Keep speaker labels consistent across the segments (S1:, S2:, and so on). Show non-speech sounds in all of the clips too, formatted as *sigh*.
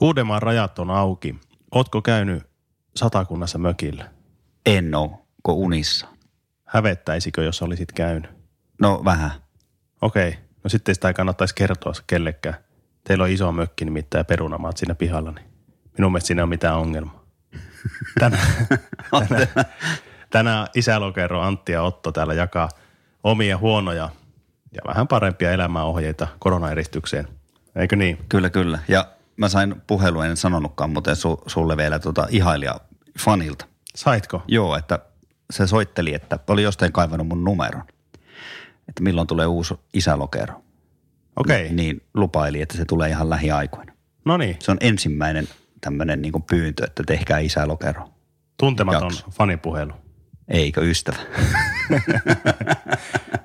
S1: Uudenmaan rajat on auki. Ootko käynyt satakunnassa mökillä?
S2: En oo, kun unissa.
S1: Hävettäisikö, jos olisit käynyt?
S2: No vähän.
S1: Okei, no sitten sitä ei kannattaisi kertoa kellekään. Teillä on iso mökki nimittäin ja perunamaat siinä pihalla, niin minun mielestä siinä ei ole mitään ongelmaa. Tänään, tänään, tänään isälokero Antti ja Otto täällä jakaa omia huonoja ja vähän parempia elämäohjeita koronaeristykseen. Eikö niin?
S2: Kyllä, kyllä. Ja mä sain puhelu, en sanonutkaan muuten su, sulle vielä tota ihailija fanilta.
S1: Saitko?
S2: Joo, että se soitteli, että oli jostain kaivannut mun numeron. Että milloin tulee uusi isälokero.
S1: Okei. Okay.
S2: Niin lupaili, että se tulee ihan lähiaikoina.
S1: No niin,
S2: Se on ensimmäinen tämmöinen niin pyyntö, että tehkää isälokero.
S1: tuntematon
S2: Jakso.
S1: fanipuhelu.
S2: Eikö ystävä? *laughs*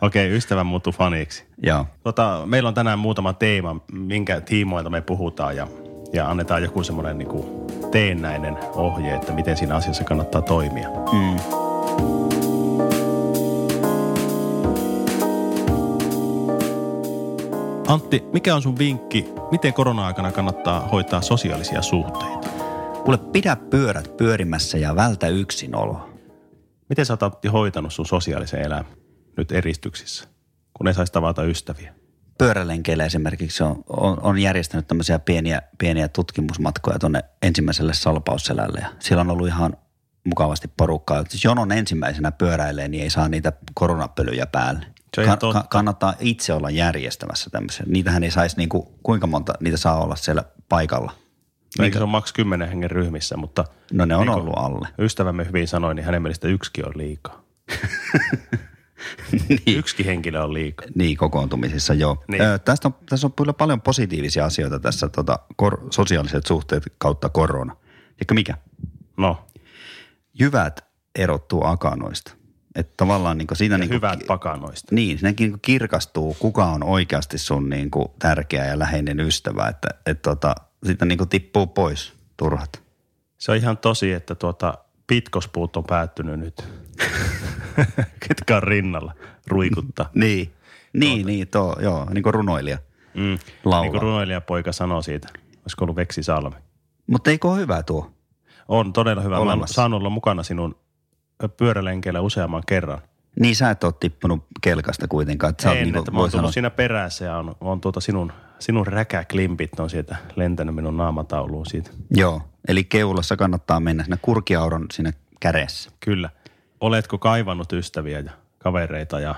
S1: Okei, okay, ystävä muuttui faniksi.
S2: Joo.
S1: Tota, meillä on tänään muutama teema, minkä tiimoilta me puhutaan ja, ja annetaan joku semmoinen niin kuin teennäinen ohje, että miten siinä asiassa kannattaa toimia.
S2: Mm.
S1: Antti, mikä on sun vinkki, miten korona-aikana kannattaa hoitaa sosiaalisia suhteita?
S2: Kuule, pidä pyörät pyörimässä ja vältä yksinoloa.
S1: Miten sä oot Antti, hoitanut sun sosiaalisen elämän nyt eristyksissä, kun ei saisi tavata ystäviä?
S2: pyörälenkeillä esimerkiksi on, on, on järjestänyt tämmöisiä pieniä, pieniä tutkimusmatkoja tuonne ensimmäiselle salpausselälle. Ja siellä on ollut ihan mukavasti porukkaa. Jos jonon ensimmäisenä pyöräilee, niin ei saa niitä koronapölyjä päälle.
S1: Se on ihan totta.
S2: kannattaa itse olla järjestämässä tämmöisiä. Niitähän ei saisi, niinku, kuinka monta niitä saa olla siellä paikalla.
S1: No, Eikö se on maks 10 hengen ryhmissä, mutta
S2: No ne on
S1: Eikö-
S2: ollut alle.
S1: ystävämme hyvin sanoi, niin hänen mielestä yksikin on liikaa. *laughs*
S2: niin.
S1: Yksikin henkilö on liikaa.
S2: Niin, kokoontumisissa joo.
S1: Niin.
S2: Niin. Ö, tästä on, tässä on kyllä paljon positiivisia asioita tässä tota, kor- sosiaaliset suhteet kautta korona. Eikö mikä?
S1: No,
S2: Niin jyvät erottuu akanoista. Että tavallaan niin siinä
S1: niin
S2: niin,
S1: hyvät pakanoista.
S2: niin, siinäkin niin kirkastuu, kuka on oikeasti sun niin kuin tärkeä ja läheinen ystävä, että et tota, siitä niin kuin tippuu pois turhat.
S1: Se on ihan tosi, että tuota, pitkospuut on päättynyt nyt. *laughs* Ketkä on rinnalla ruikuttaa.
S2: Niin.
S1: Tuota.
S2: Niin, niin, tuo, joo, niin kuin runoilija
S1: Mm.
S2: laulaa.
S1: Niin kuin
S2: Niin ru-
S1: runoilijapoika sanoo siitä. Olisiko ollut Veksi Salmi?
S2: Mutta eikö ole hyvä tuo?
S1: On todella hyvä. Mä oon
S2: Olemassa.
S1: saanut olla mukana sinun pyörälenkeillä useamman kerran.
S2: Niin sä et ole tippunut kelkasta kuitenkaan. Että sä oot
S1: en,
S2: niin
S1: että
S2: kuin,
S1: mä oon
S2: voi
S1: tullut
S2: sanoa,
S1: siinä perässä ja on, on tuota sinun, sinun räkäklimpit on sieltä lentänyt minun naamatauluun siitä.
S2: joo, eli keulassa kannattaa mennä siinä kurkiauron siinä kädessä.
S1: Kyllä. Oletko kaivannut ystäviä ja kavereita ja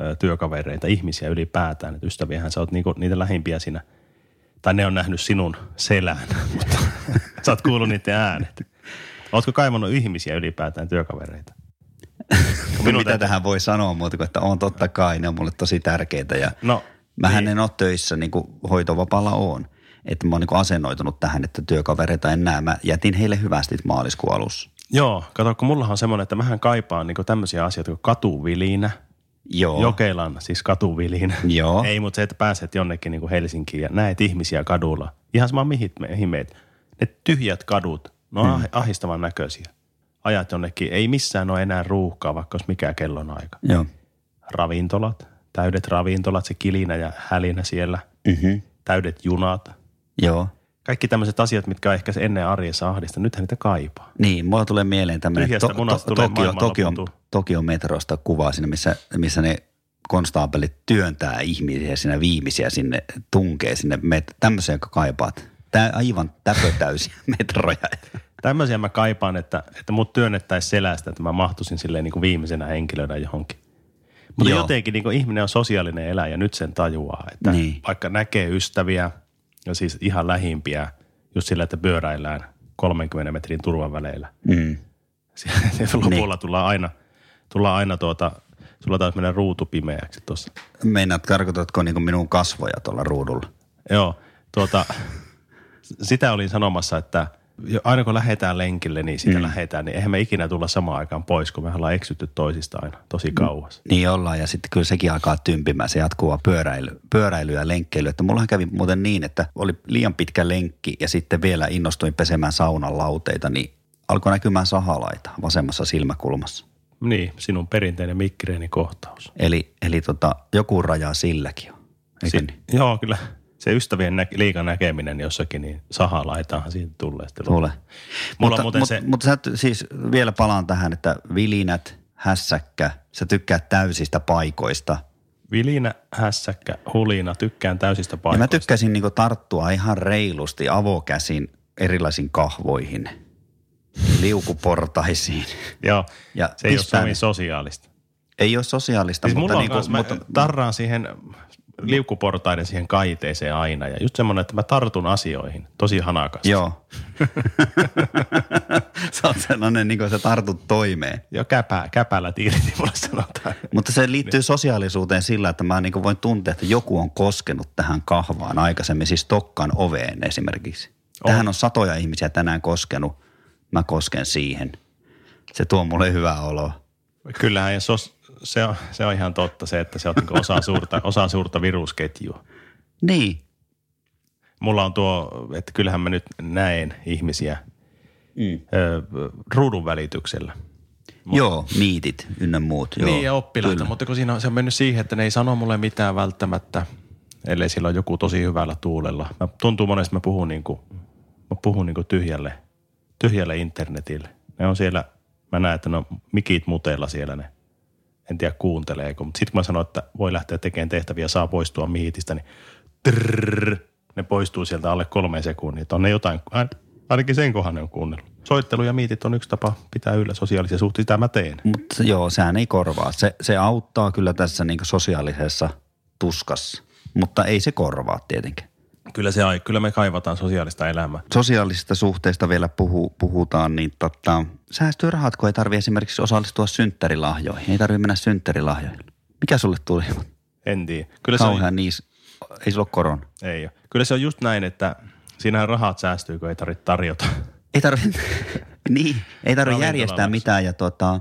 S1: ö, työkavereita, ihmisiä ylipäätään? Et ystäviähän sä oot niinku, niitä lähimpiä sinä, tai ne on nähnyt sinun selän, *laughs* mutta sä oot kuullut niiden äänet. Ootko kaivannut ihmisiä ylipäätään työkavereita?
S2: Mitä tähän voi sanoa muuta kuin, että on totta kai, ne on mulle tosi tärkeitä ja
S1: No,
S2: Mähän niin. en ole töissä, niin kuin hoitovapaalla on. Että mä oon niin kuin asennoitunut tähän, että työkavereita en näe. Mä jätin heille hyvästit maaliskuun alussa.
S1: joo, kato, kun mullahan on semmoinen, että mähän kaipaan niinku tämmöisiä asioita kuin katuvilinä,
S2: Joo.
S1: Jokelan, siis katuvilinä.
S2: Joo.
S1: Ei, mutta se, että pääset jonnekin niin kuin Helsinkiin ja näet ihmisiä kadulla. Ihan sama mihin me- mihin meet. Ne tyhjät kadut, ne on hmm. ahistavan näköisiä. Ajat jonnekin, ei missään ole enää ruuhkaa, vaikka olisi mikä kellonaika.
S2: Joo.
S1: Ravintolat, täydet ravintolat, se kilinä ja hälinä siellä. Mhm.
S2: Mm-hmm.
S1: Täydet junat.
S2: Joo.
S1: Kaikki tämmöiset asiat, mitkä on ehkä se ennen arjessa ahdista, nythän niitä kaipaa.
S2: Niin, mulla tulee mieleen tämmöinen
S1: Tyhjästä munasta tulee
S2: Tokio,
S1: maailmanloppu
S2: Tokio,
S1: tuu.
S2: Tokio metrosta kuvaa siinä, missä, missä ne konstaapelit työntää ihmisiä sinä viimeisiä sinne, tunkee sinne met- tämmöisiä, jotka kaipaat. Tää aivan täpötäysiä *laughs* metroja.
S1: Tämmöisiä mä kaipaan, että, että mut työnnettäisiin selästä, että mä mahtuisin silleen niin kuin viimeisenä henkilönä johonkin. Mutta
S2: Joo.
S1: jotenkin niin kuin ihminen on sosiaalinen eläjä, nyt sen tajuaa, että
S2: Niin.
S1: Mm. vaikka näkee ystäviä ja siis ihan lähimpiä just sillä, että pyöräillään 30 metrin turvaväleillä. *laughs*
S2: Mm.
S1: Siellä lopulla tullaan aina, tullaan aina tuota, sulla taisi mennä ruutu pimeäksi tuossa.
S2: Mm. Meinaat, tarkoitatko niin minun kasvoja tuolla ruudulla?
S1: Joo, tuota, *laughs* s- sitä olin sanomassa, että jo- aina kun lähdetään lenkille, niin sitä mm. lähdetään, niin eihän me ikinä tulla samaan aikaan pois, kun me ollaan eksytty toisista aina tosi kauas.
S2: Niin ollaan ja sitten kyllä sekin alkaa tympimään se jatkuva pyöräily, pyöräily ja lenkkeily. Että mullahan kävi muuten niin, että oli liian pitkä lenkki ja sitten vielä innostuin pesemään saunan lauteita, niin alkoi näkymään sahalaita vasemmassa silmäkulmassa.
S1: Niin, sinun perinteinen migreenikohtaus.
S2: Eli, eli tota, joku raja silläkin on. Eikö
S1: Si-
S2: niin?
S1: Joo, kyllä. se ystävien nä- liikan näkeminen jossakin, niin saha laitaahan siitä tulee. sitten lopulta.
S2: Tule.
S1: Mulla
S2: mutta,
S1: on muuten
S2: mut-
S1: se,
S2: mutta sä t- siis vielä palaan tähän, että vilinät, hässäkkä, sä tykkäät täysistä paikoista.
S1: vilinä, hässäkkä, hulina, tykkään täysistä
S2: Ja mä
S1: paikoista.
S2: tykkäsin niinku tarttua ihan reilusti avokäsin erilaisiin kahvoihin, liukuportaisiin.
S1: Joo,
S2: Ja
S1: se ei ole
S2: pistää
S1: Samin
S2: ne.
S1: sosiaalista.
S2: Ei ole sosiaalista,
S1: Siis
S2: mutta,
S1: mulla on
S2: niinku,
S1: kans, mä
S2: mutta
S1: tarraan siihen liukuportaiden siihen kaiteeseen aina. Ja just semmoinen, että mä tartun asioihin tosi hanakasti.
S2: joo. *laughs* sä oot sellainen, niin kuin sä tartut toimeen.
S1: Ja käpää, käpällä tiiriti *laughs* mulle sanotaan.
S2: Mutta se
S1: Niin.
S2: liittyy sosiaalisuuteen sillä, että mä niin voin tuntea, että joku on koskenut tähän kahvaan aikaisemmin, siis Tokkan oveen esimerkiksi.
S1: On.
S2: Tähän on satoja ihmisiä tänään koskenut, mä kosken siihen. Se tuo mulle hyvää oloa.
S1: Kyllähän ja sos, se, on, se on ihan totta se, että se on niinku osa, suurta, osa suurta virusketjua.
S2: Niin,
S1: Mulla on tuo, että kyllähän mä nyt näen ihmisiä mm. ö, ruudun välityksellä.
S2: joo, miitit ynnä muut. Joo.
S1: Niin ja oppilaita, kyllä. mutta kun siinä on, se on mennyt siihen, että ne ei sano mulle mitään välttämättä, ellei sillä ole joku tosi hyvällä tuulella. Mä, tuntuu monesti, mä puhun, niin kuin, mä puhun niin kuin tyhjälle, tyhjälle internetille. Ne on siellä, mä näen, että ne on mikit muteilla siellä ne. En tiedä kuunteleeko, mutta sitten kun mä sanon, että voi lähteä tekemään tehtäviä, saa poistua miitistä, niin trrrr, ne poistuu sieltä alle kolme sekunnia. Että on ne jotain, ain- ainakin sen kohan ne on kuunnellut. Soittelu ja miitit on yksi tapa pitää yllä sosiaalisia suhteita, sitä mä teen.
S2: Mutta joo, sehän ei korvaa. Se, se auttaa kyllä tässä niin sosiaalisessa tuskassa, mutta ei se korvaa tietenkin.
S1: Kyllä se ai, kyllä me kaivataan sosiaalista elämää.
S2: sosiaalisista suhteista vielä puhu, puhutaan, niin totta, säästyy rahat, kun ei tarvi esimerkiksi osallistua synttärilahjoihin. Ei tarvi mennä synttärilahjoihin. Mikä sulle tuli?
S1: En tiedä. Kyllä se, on,
S2: Kauhean niis. Ei sulla ole korona.
S1: ei ole. kyllä se on just näin, että siinähän rahat säästyy, kun ei tarvitse tarjota. *laughs*
S2: Ei tarvi, *laughs* niin, ei tarvi
S1: Ravintolalaksi.
S2: järjestää mitään ja tuota,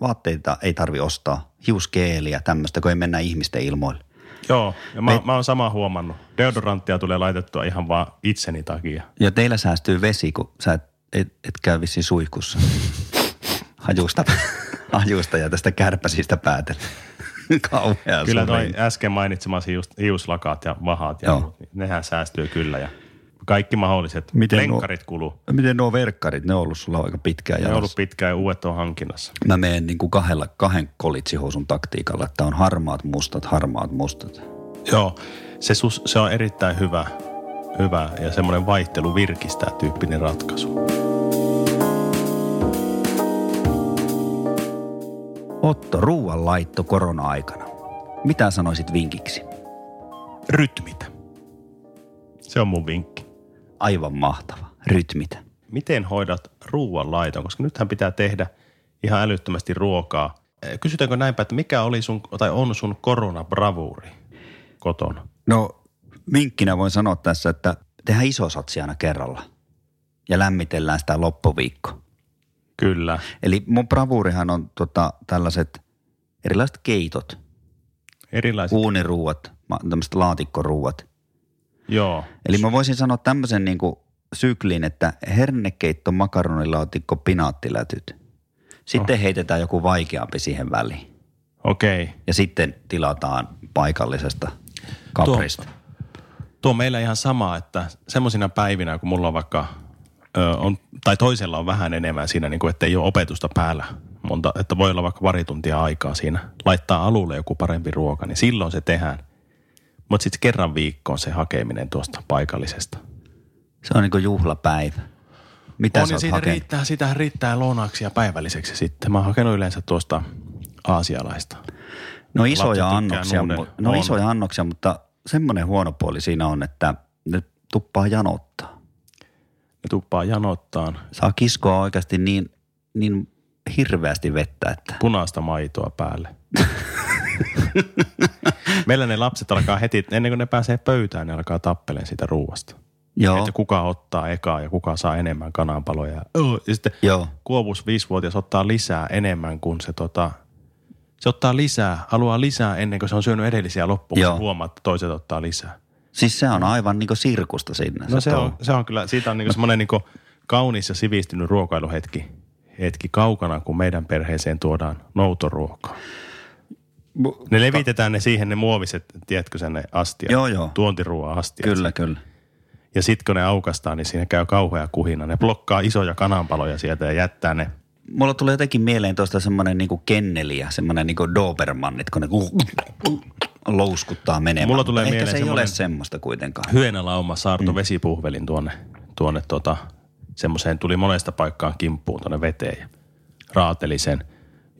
S2: vaatteita ei tarvi ostaa. Hiuskeeliä tämmöistä, kun ei mennä ihmisten ilmoille.
S1: Joo, ja mä, mä oon sama huomannut. Deodoranttia tulee laitettua ihan vaan itseni takia.
S2: Ja teillä säästyy vesi, kun sä et, et, et käy vissiin suihkussa. Hajusta,
S1: *laughs*
S2: hajusta ja tästä kärpäsistä päätellä. Kauhea
S1: Kyllä
S2: surin.
S1: toi äsken mainitsemasi just hiuslakaat ja vahat ja
S2: Joo.
S1: muut, niin nehän säästyy kyllä ja kaikki mahdolliset.
S2: Miten
S1: Miten
S2: nuo-
S1: Lenkkarit kuluu.
S2: Miten nuo verkkarit, ne on ollut sulla aika pitkään
S1: Ne on ollut
S2: jalassa?
S1: pitkään ja uudet on hankinnassa.
S2: Mä menen niin kuin kahdella, kahden kolitsihousun taktiikalla, että on harmaat mustat, harmaat mustat.
S1: Joo, se, sus, se on erittäin hyvä, hyvä ja semmoinen vaihtelu virkistää tyyppinen ratkaisu.
S2: Otto, ruuan laitto korona-aikana. Mitä sanoisit vinkiksi?
S1: rytmitä. Se on mun vinkki.
S2: Aivan mahtava. Rytmitä.
S1: Miten hoidat ruoan laiton? Koska nythän pitää tehdä ihan älyttömästi ruokaa. Eh, Kysytäänkö näinpä, että mikä oli sun, tai on sun koronabravuuri kotona?
S2: No vinkkinä voin sanoa tässä, että tehdään iso satsi aina kerralla ja lämmitellään sitä loppuviikko.
S1: Kyllä.
S2: Eli mun bravuurihan on tota, tällaiset erilaiset keitot,
S1: Erilaiset.
S2: uuniruuat, ma- tämmöiset laatikkoruuat –
S1: Joo.
S2: Eli mä voisin sanoa tämmöisen niin kuin syklin, että hernekeitto, makaronilaatikko, pinaattilätyt. Sitten oh. heitetään joku vaikeampi siihen väliin.
S1: Okei.
S2: Ja sitten tilataan paikallisesta kaprista. Tuo.
S1: Tuo on meillä ihan sama, että semmoisina päivinä, kun mulla on vaikka, ö, on, tai toisella on vähän enemmän siinä, niin kuin, että ei ole opetusta päällä, monta, että voi olla vaikka pari tuntia aikaa siinä, laittaa alulle joku parempi ruoka, niin silloin se tehdään. Mutta sitten kerran viikkoon se hakeminen tuosta paikallisesta.
S2: Se on niin kuin juhlapäivä. Mitä
S1: On,
S2: sä
S1: ja
S2: oot
S1: siitä
S2: hakenut?
S1: riittää, sitä riittää lounaksi ja päivälliseksi sitten. Mä oon hakenut yleensä tuosta aasialaista.
S2: No isoja
S1: tykkää
S2: annoksia,
S1: nuuden-
S2: mu- no
S1: on.
S2: isoja annoksia, mutta semmoinen huono puoli siinä on, että ne tuppaa janottaa.
S1: Ne tuppaa janottaan
S2: Saa kiskoa oikeasti niin, niin hirveästi vettä, että
S1: punaista maitoa päälle. *laughs* Meillä ne lapset alkaa heti, ennen kuin ne pääsee pöytään, ne alkaa tappeleen siitä ruuasta.
S2: joo,
S1: Että kuka ottaa ekaa ja kuka saa enemmän kananpaloja. Ja, öö, ja sitten
S2: joo.
S1: kuopus viisivuotias ottaa lisää enemmän kuin se tota, se ottaa lisää, haluaa lisää ennen kuin se on syönyt edellisiä loppuun.
S2: Joo.
S1: Joo. Huomaa, että toiset ottaa lisää.
S2: Siis se on aivan niin kuin sirkusta sinne.
S1: No se
S2: touhu.
S1: on, se on kyllä, siitä on niinku semmoinen niinku kaunis ja sivistynyt ruokailuhetki hetki kaukana, kun meidän perheeseen tuodaan noutoruokaa. Ne levitetään ne siihen, ne muoviset, tiedätkö sen ne astia.
S2: Joo, joo.
S1: Tuontiruoan astia.
S2: Kyllä, kyllä.
S1: Ja sitten kun ne aukastaa, niin siinä käy kauhea kuhina. Ne blokkaa isoja kananpaloja sieltä ja jättää ne.
S2: Mulla tulee jotenkin mieleen tuosta semmoinen niinku kenneli ja semmoinen niinku Dobermannit, kun ne louskuttaa menemään.
S1: Mulla tulee
S2: Mutta
S1: mieleen
S2: Ehkä se ei ole
S1: semmoinen-
S2: semmoista kuitenkaan.
S1: Hyönälauma saarto mm. vesipuhvelin tuonne, tuonne tota, semmoiseen tuli monesta paikkaan kimppuun tuonne veteen ja raateli sen.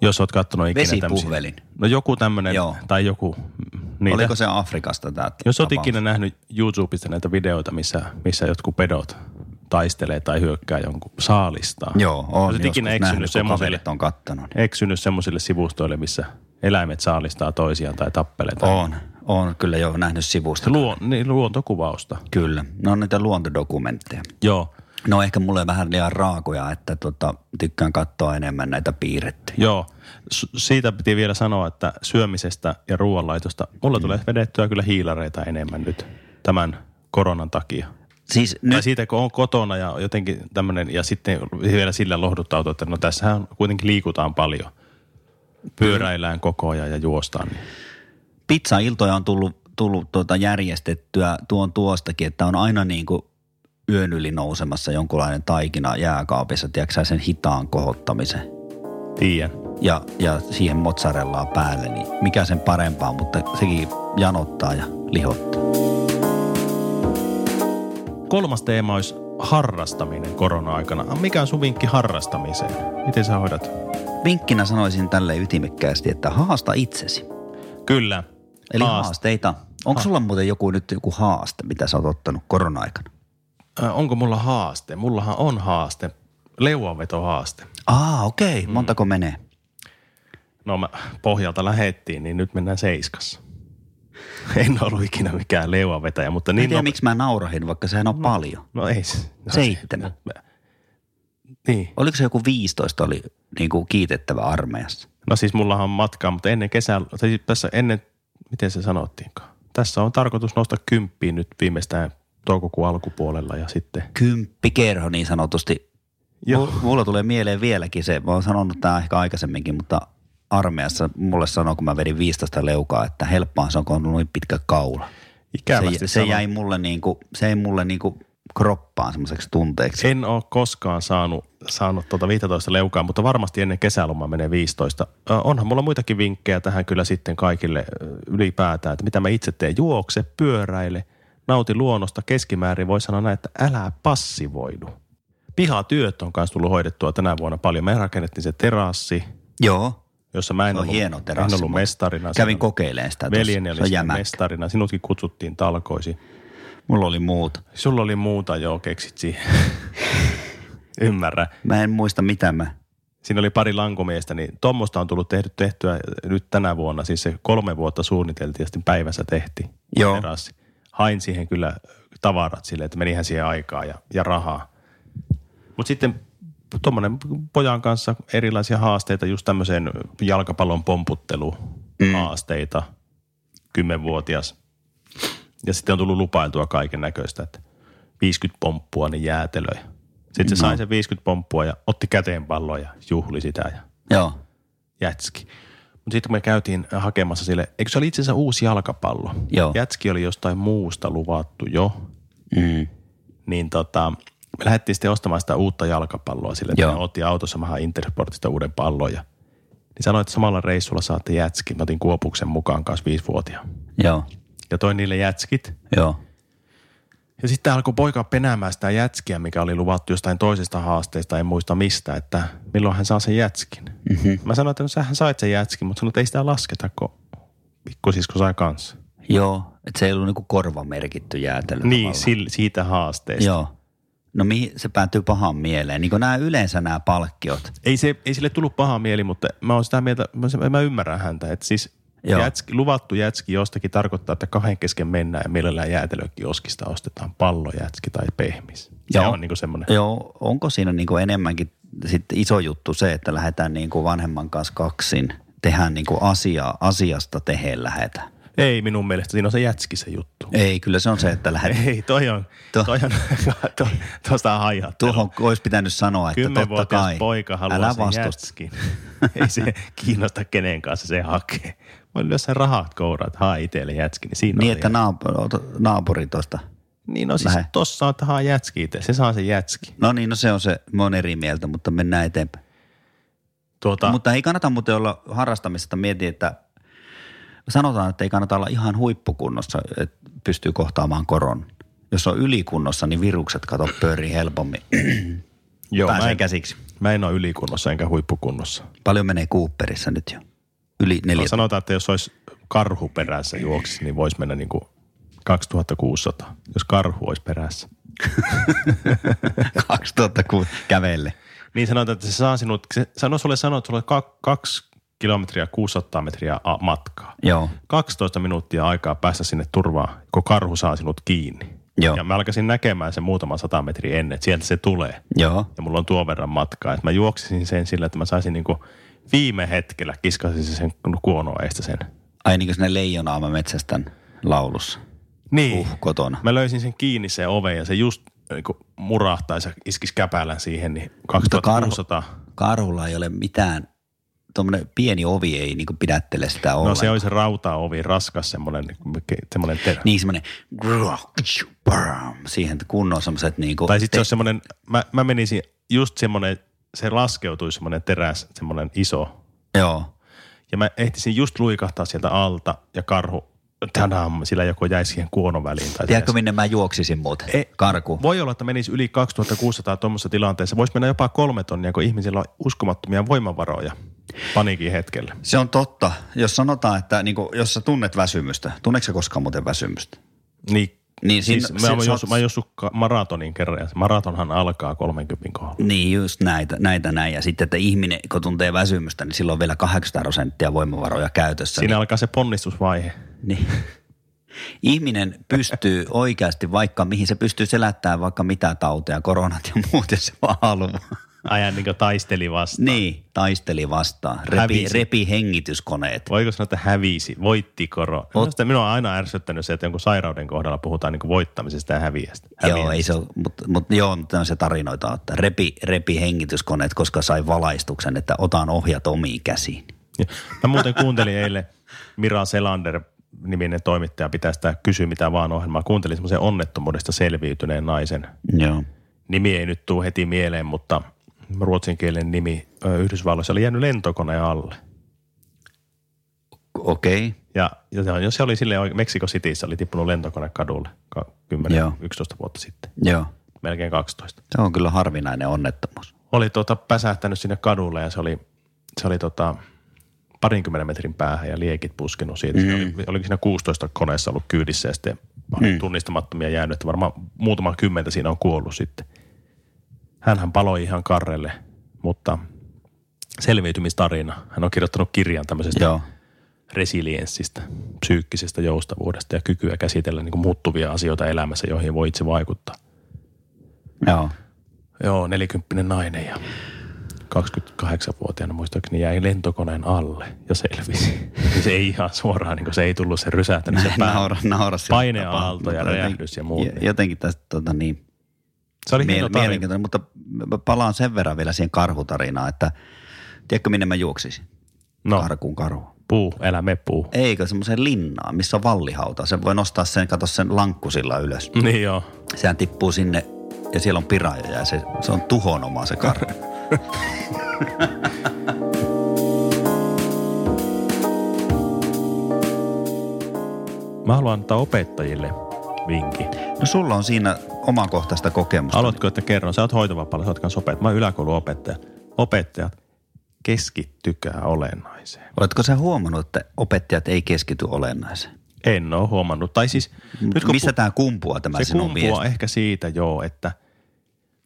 S1: Jos oot kattonut ikinä
S2: Vesipuhvelin.
S1: tämmöisiä- No joku tämmöinen
S2: Joo.
S1: tai joku mm, niitä.
S2: Oliko se Afrikasta tämä
S1: Jos oot ikinä nähnyt YouTubesta näitä videoita, missä, missä jotkut pedot taistelee tai hyökkää jonkun saalistaa.
S2: Joo, on
S1: Olet ikinä eksynyt semmoiselle,
S2: on kattanut.
S1: eksynyt semmoisille sivustoille, missä eläimet saalistaa toisiaan tai tappelee. Tai
S2: On, on kyllä jo nähnyt sivusta.
S1: luo, niin, luontokuvausta.
S2: Kyllä, ne on niitä luontodokumentteja.
S1: Joo.
S2: No ehkä mulle vähän liian raakoja, että tota, tykkään katsoa enemmän näitä piirrettyjä.
S1: Joo, S- siitä piti vielä sanoa, että syömisestä ja ruoanlaitosta, mulla tulee vedettyä kyllä hiilareita enemmän nyt tämän koronan takia.
S2: Siis
S1: Nyt. Tai
S2: nyt,
S1: siitä, kun on kotona ja jotenkin tämmöinen, ja sitten vielä sillä lohduttautuu, että no tässähän kuitenkin liikutaan paljon. Pyöräillään koko ajan ja juostaan. Niin.
S2: pizzailtoja on tullut, tullut tuota järjestettyä tuon tuostakin, että on aina niin kuin yön yli nousemassa jonkunlainen taikina jääkaapissa, tiedätkö sä, sen hitaan kohottamisen.
S1: Tiedän.
S2: Ja, ja siihen mozzarellaa päälle, niin mikä sen parempaa, mutta sekin janottaa ja lihottaa.
S1: Kolmas teema olisi harrastaminen korona-aikana. Mikä on sun vinkki harrastamiseen? Miten sä hoidat?
S2: Vinkkinä sanoisin tälle ytimekkäästi, että haasta itsesi.
S1: Kyllä.
S2: Eli
S1: Haast-
S2: haasteita. Onko sulla muuten joku nyt joku haaste, mitä sä oot ottanut korona-aikana?
S1: Ö, Äh, Onko mulla haaste? Mullahan on haaste. Leuanvetohaaste.
S2: Aa, okei. Okay. Montako mm. menee?
S1: No mä pohjalta lähettiin, niin nyt mennään seiskassa. *laughs* En ollut ikinä mikään leuanvetäjä, mutta
S2: Niin
S1: niin...
S2: tiedä,
S1: No,
S2: miksi mä naurahin, vaikka sehän on paljon.
S1: no ei se. No,
S2: Seitsemän.
S1: Se, mä- niin.
S2: Oliko se joku 15 oli niin kuin kiitettävä armeijassa?
S1: No siis mullahan on matkaa, mutta ennen kesää, tai siis tässä ennen, miten se sanottiinkaan? Tässä on tarkoitus nousta kymppiin nyt viimeistään toukokuun alkupuolella ja sitten...
S2: Kymppikerho niin sanotusti. Joo. Mulla tulee mieleen vieläkin se, mä oon sanonut tämä ehkä aikaisemminkin, mutta armeijassa mulle sanoi, kun mä vedin 15 leukaa, että helppoa se on, kun on noin pitkä kaula.
S1: Ikävästi
S2: Se, se
S1: sanon.
S2: jäi mulle niin kuin, se jäi mulle niin kuin kroppaan semmoiseksi tunteeksi.
S1: En ole koskaan saanut, saanut tuota 15 leukaa, mutta varmasti ennen kesälomaa menee 15. Ö, onhan mulla muitakin vinkkejä tähän kyllä sitten kaikille ö, ylipäätään, että mitä mä itse teen. Juokse, pyöräile, nauti luonnosta. Keskimäärin voi sanoa näin, että älä passivoidu. Pihatyöt on myös tullut hoidettua tänä vuonna paljon. Me rakennettiin se terassi,
S2: Joo.
S1: jossa mä en
S2: Se on
S1: ollut,
S2: hieno terassi,
S1: en ollut
S2: mutta
S1: mestarina.
S2: Kävin kokeilemaan sitä. tuossa.
S1: Veljeni
S2: se on
S1: oli siinä
S2: jämäkkä.
S1: mestarina. Sinutkin kutsuttiin talkoisiin.
S2: Mulla oli muuta.
S1: Sulla oli muuta jo, keksit siihen.
S2: *laughs*
S1: Ymmärrän.
S2: Mä en muista mitä mä.
S1: siinä oli pari lankomiestä, niin tuommoista on tullut tehty, tehtyä nyt tänä vuonna. Siis se kolme vuotta suunniteltiin ja sitten päivässä tehtiin
S2: Joo.
S1: terassi. Hain siihen kyllä tavarat sille, että menihän siihen aikaa ja, ja rahaa. Mutta sitten tuommoinen pojan kanssa erilaisia haasteita, just tämmöiseen jalkapallon pomputteluhaasteita, kymmenvuotias. Ja sitten on tullut lupailtua kaiken näköistä, että 50 pomppua, niin jäätelöä. Sitten se
S2: Mm.
S1: sai sen 50 pomppua ja otti käteen pallon ja juhli sitä ja
S2: Joo.
S1: jätski. Mutta sitten kun me käytiin hakemassa sille, eikö se oli itse asiassa uusi jalkapallo?
S2: Joo.
S1: Jätski oli jostain muusta luvattu jo
S2: Mm.
S1: niin tota, me lähdettiin sitten ostamaan sitä uutta jalkapalloa sille, että
S2: Joo.
S1: me otin autossa vähän Intersportista uuden pallon ja niin sanoin, että samalla reissulla saatte jätskit. Mä otin Kuopuksen mukaan kanssa viisivuotiaan.
S2: Joo.
S1: Ja toin niille jätskit.
S2: Joo.
S1: Ja sitten alkoi poika penäämään sitä jätskiä, mikä oli luvattu jostain toisesta haasteesta, en muista mistä, että milloin hän saa sen jätskin.
S2: Mhm.
S1: Mm-hmm. Mä sanoin, että no sähän sait sen jätskin, mutta sanoin, että ei sitä lasketa, kun pikkusisko sai kanssa.
S2: Joo. Et se ei ollut niinku korva merkitty jäätelö.
S1: Niin,
S2: tavallaan.
S1: sil- siitä haasteesta.
S2: Joo. No mihin se päätyy pahan mieleen? Niin kuin nämä yleensä nämä palkkiot.
S1: Ei, se, ei sille tullut paha mieli, mutta mä oon sitä mieltä, mä, se- mä ymmärrän häntä. Että siis
S2: Joo.
S1: jätski, luvattu jätski jostakin tarkoittaa, että kahden kesken mennään ja mielellään jäätelökioskista ostetaan pallojätski tai pehmis. Se
S2: Joo.
S1: on niinku semmoinen.
S2: Joo. Onko siinä niinku enemmänkin sitten iso juttu se, että lähdetään niinku vanhemman kanssa kaksin, tehdään niinku asiaa, asiasta teheen lähetä.
S1: Ei minun mielestä, siinä on se jätski se juttu.
S2: Ei, kyllä se on se, että lähdet.
S1: *laughs* Ei, toi on,
S2: To-
S1: toi on,
S2: *laughs*
S1: to- tuosta on haihattelu.
S2: Tuohon olisi pitänyt sanoa, että totta
S1: Kymmenvuotias
S2: kai.
S1: poika haluaa
S2: Älä
S1: sen
S2: vastusta.
S1: jätskin. *laughs* Ei se kiinnosta kenen kanssa se hakee. Voi lyödä sen rahat kouraan, että haa itselle jätski, niin siinä
S2: Niin,
S1: on
S2: että
S1: se-
S2: naapuri, naapuri tuosta.
S1: Niin no siis
S2: Lähde.
S1: tossa on, että haa jätski itse, se saa sen jätski.
S2: No niin, no se on se, mä oon eri mieltä, mutta mennään eteenpäin.
S1: Tuota,
S2: Mutta ei kannata muuten olla harrastamisesta mieti, että sanotaan, että ei kannata olla ihan huippukunnossa, että pystyy kohtaamaan koron. Jos on ylikunnossa, niin virukset kato pöörii helpommin. *clears throat*
S1: joo,
S2: Pääsee
S1: mä, en,
S2: käsiksi.
S1: mä en ole ylikunnossa enkä huippukunnossa.
S2: Paljon menee Cooperissa nyt jo. Yli neljä. *laughs*
S1: No, sanotaan, että jos olisi karhu perässä juoksisi, niin voisi mennä niin kuin 2600, jos karhu olisi perässä.
S2: 2006 kävelle.
S1: Niin sanotaan, että se saa sinut, se sanoo sulle sanoo, että sulla on ka- kaksi kilometriä 600 metriä a- matkaa.
S2: Joo.
S1: 12 minuuttia aikaa päästä sinne turvaan, kun karhu saa sinut kiinni.
S2: Joo.
S1: Ja mä alkaisin näkemään sen muutama sata metriä ennen, että sieltä se tulee.
S2: Joo.
S1: Ja mulla on tuon verran matkaa. Että mä juoksisin sen sillä, että mä saisin niinku viime hetkellä kiskasin sen kuonoeista sen.
S2: Ai niin kuin sinne leijonaa mä metsästän laulussa.
S1: Niin.
S2: Uh, kotona.
S1: Mä löysin sen kiinni se ove ja se just niinku murahtaisi ja iskisi käpälän siihen, niin
S2: Mutta karhu-
S1: 2600.
S2: Karhulla ei ole mitään, tuommoinen pieni ovi ei niin kuin pidättele sitä
S1: No
S2: ollenkaan.
S1: se oli se rautaovi, raskas semmoinen, semmoinen terä.
S2: Niin semmoinen siihen kunnon semmoiset niinku.
S1: Tai sitten se on semmoinen, mä, mä menisin just semmoinen, se laskeutui semmoinen teräs, semmoinen iso.
S2: Joo.
S1: Ja mä ehtisin just luikahtaa sieltä alta ja karhu, tänään sillä joko jäi siihen kuonon väliin. Tai
S2: Tiedätkö
S1: se-
S2: minne mä juoksisin muuten?
S1: E-
S2: Karku.
S1: voi olla, että menisi yli 2600 tuommoisessa tilanteessa. Voisi mennä jopa kolme tonnia, kun ihmisillä on uskomattomia voimavaroja paniikin hetkellä.
S2: Se on totta. Jos sanotaan, että niinku, jos sä tunnet väsymystä, tunneeko sä koskaan muuten väsymystä?
S1: Niin,
S2: Niin,
S1: siis
S2: siinä-
S1: mä, oon
S2: se-
S1: jos,
S2: se-
S1: mä oon jossut ka- maratonin kerran ja se maratonhan alkaa 30 kohdalla.
S2: Niin, just näitä, näitä näin. Ja sitten, että ihminen, kun tuntee väsymystä, niin silloin on vielä 800 prosenttia voimavaroja käytössä.
S1: Siinä alkaa se ponnistusvaihe.
S2: Niin. Ihminen pystyy oikeasti vaikka mihin, se pystyy selättämään vaikka mitä tauteja, koronat ja muut, jos se vaan haluaa.
S1: Ajan niin taisteli vastaan.
S2: Niin, taisteli vastaan. Repi,
S1: Hävisi.
S2: repi hengityskoneet.
S1: Voiko sanoa, että hävisi, voitti koro?
S2: Ot-
S1: Minusta minua on aina ärsyttänyt se, että jonkun sairauden kohdalla puhutaan niin voittamisesta ja häviästä.
S2: Joo, ei se ole, mutta mut, joo, mutta on se tarinoita, on, että repi, repi hengityskoneet, koska sai valaistuksen, että otan ohjat omiin käsiin.
S1: Ja Mä muuten kuuntelin eilen Mira Selander niminen toimittaja pitää sitä kysy mitä vaan ohjelmaa. Kuuntelin semmoisen onnettomuudesta selviytyneen naisen.
S2: Joo.
S1: Nimi ei nyt tule heti mieleen, mutta ruotsinkielinen nimi ö, Yhdysvalloissa oli jäänyt lentokoneen alle.
S2: Okei, okay.
S1: Ja, ja se, on- jos se oli silleen oikein, Meksiko Cityssä oli tippunut lentokone kadulle ka- 10,
S2: Joo.
S1: 11 vuotta sitten,
S2: joo.
S1: melkein 12.
S2: Se on kyllä harvinainen onnettomuus.
S1: Oli tota, päsähtänyt sinne kadulle ja se oli, se oli tota, parinkymmenen metrin päähän ja liekit puskenut siitä. Mm. Oli, oliko siinä 16 koneessa ollut kyydissä ja sitten mm. tunnistamattomia jäänyt, että varmaan muutama kymmentä siinä on kuollut sitten. Hänhän paloi ihan karrelle, mutta selviytymistarina. Hän on kirjoittanut kirjan tämmöisestä
S2: Joo.
S1: resilienssistä, psyykkisestä joustavuudesta ja kykyä käsitellä niin kuin muuttuvia asioita elämässä, joihin voi itse vaikuttaa.
S2: Joo.
S1: Joo, nelikymppinen nainen ja 28-vuotiaana muistaakseni jäi lentokoneen alle ja *laughs* selvisi. se ei ihan suoraan, niin kuin se ei tullut se rysähtänyt se pää.
S2: Naura, naura sillä
S1: Paineaalto
S2: tapaa.
S1: ja
S2: Mutta
S1: räjähdys ja muu.
S2: jotenkin- Jotenkin tästä tota niin,
S1: Se oli hieno
S2: Miel-
S1: tarina.
S2: mielenkiintoinen, mutta mä palaan sen verran vielä siihen karhutarinaan, että tiedätkö minne mä juoksisin? No.
S1: No,
S2: Karkuun karhu.
S1: puu, älä me puu.
S2: Eikö semmoiseen linnaan, missä on vallihauta. Sen voi nostaa sen, kato sen lankkusilla ylös.
S1: Niin joo.
S2: Sehän tippuu sinne ja siellä on piraja ja se, se on tuhonomaa se karhu.
S1: *laughs* Mä haluan antaa opettajille vinkin.
S2: No sulla on siinä omakohtaista kokemusta.
S1: Haluatko, että kerron? Sä oot hoitovapaalla, sä oot kanssa opettaja. Mä oon yläkouluopettaja. Opettajat, keskittykää olennaiseen.
S2: Oletko sä huomannut, että opettajat ei keskity olennaiseen?
S1: En ole huomannut. Tai siis, nyt kun
S2: Mistä tämä kumpuaa tämä
S1: se
S2: sinun
S1: kumpuaa
S2: viesti?
S1: ehkä siitä joo, että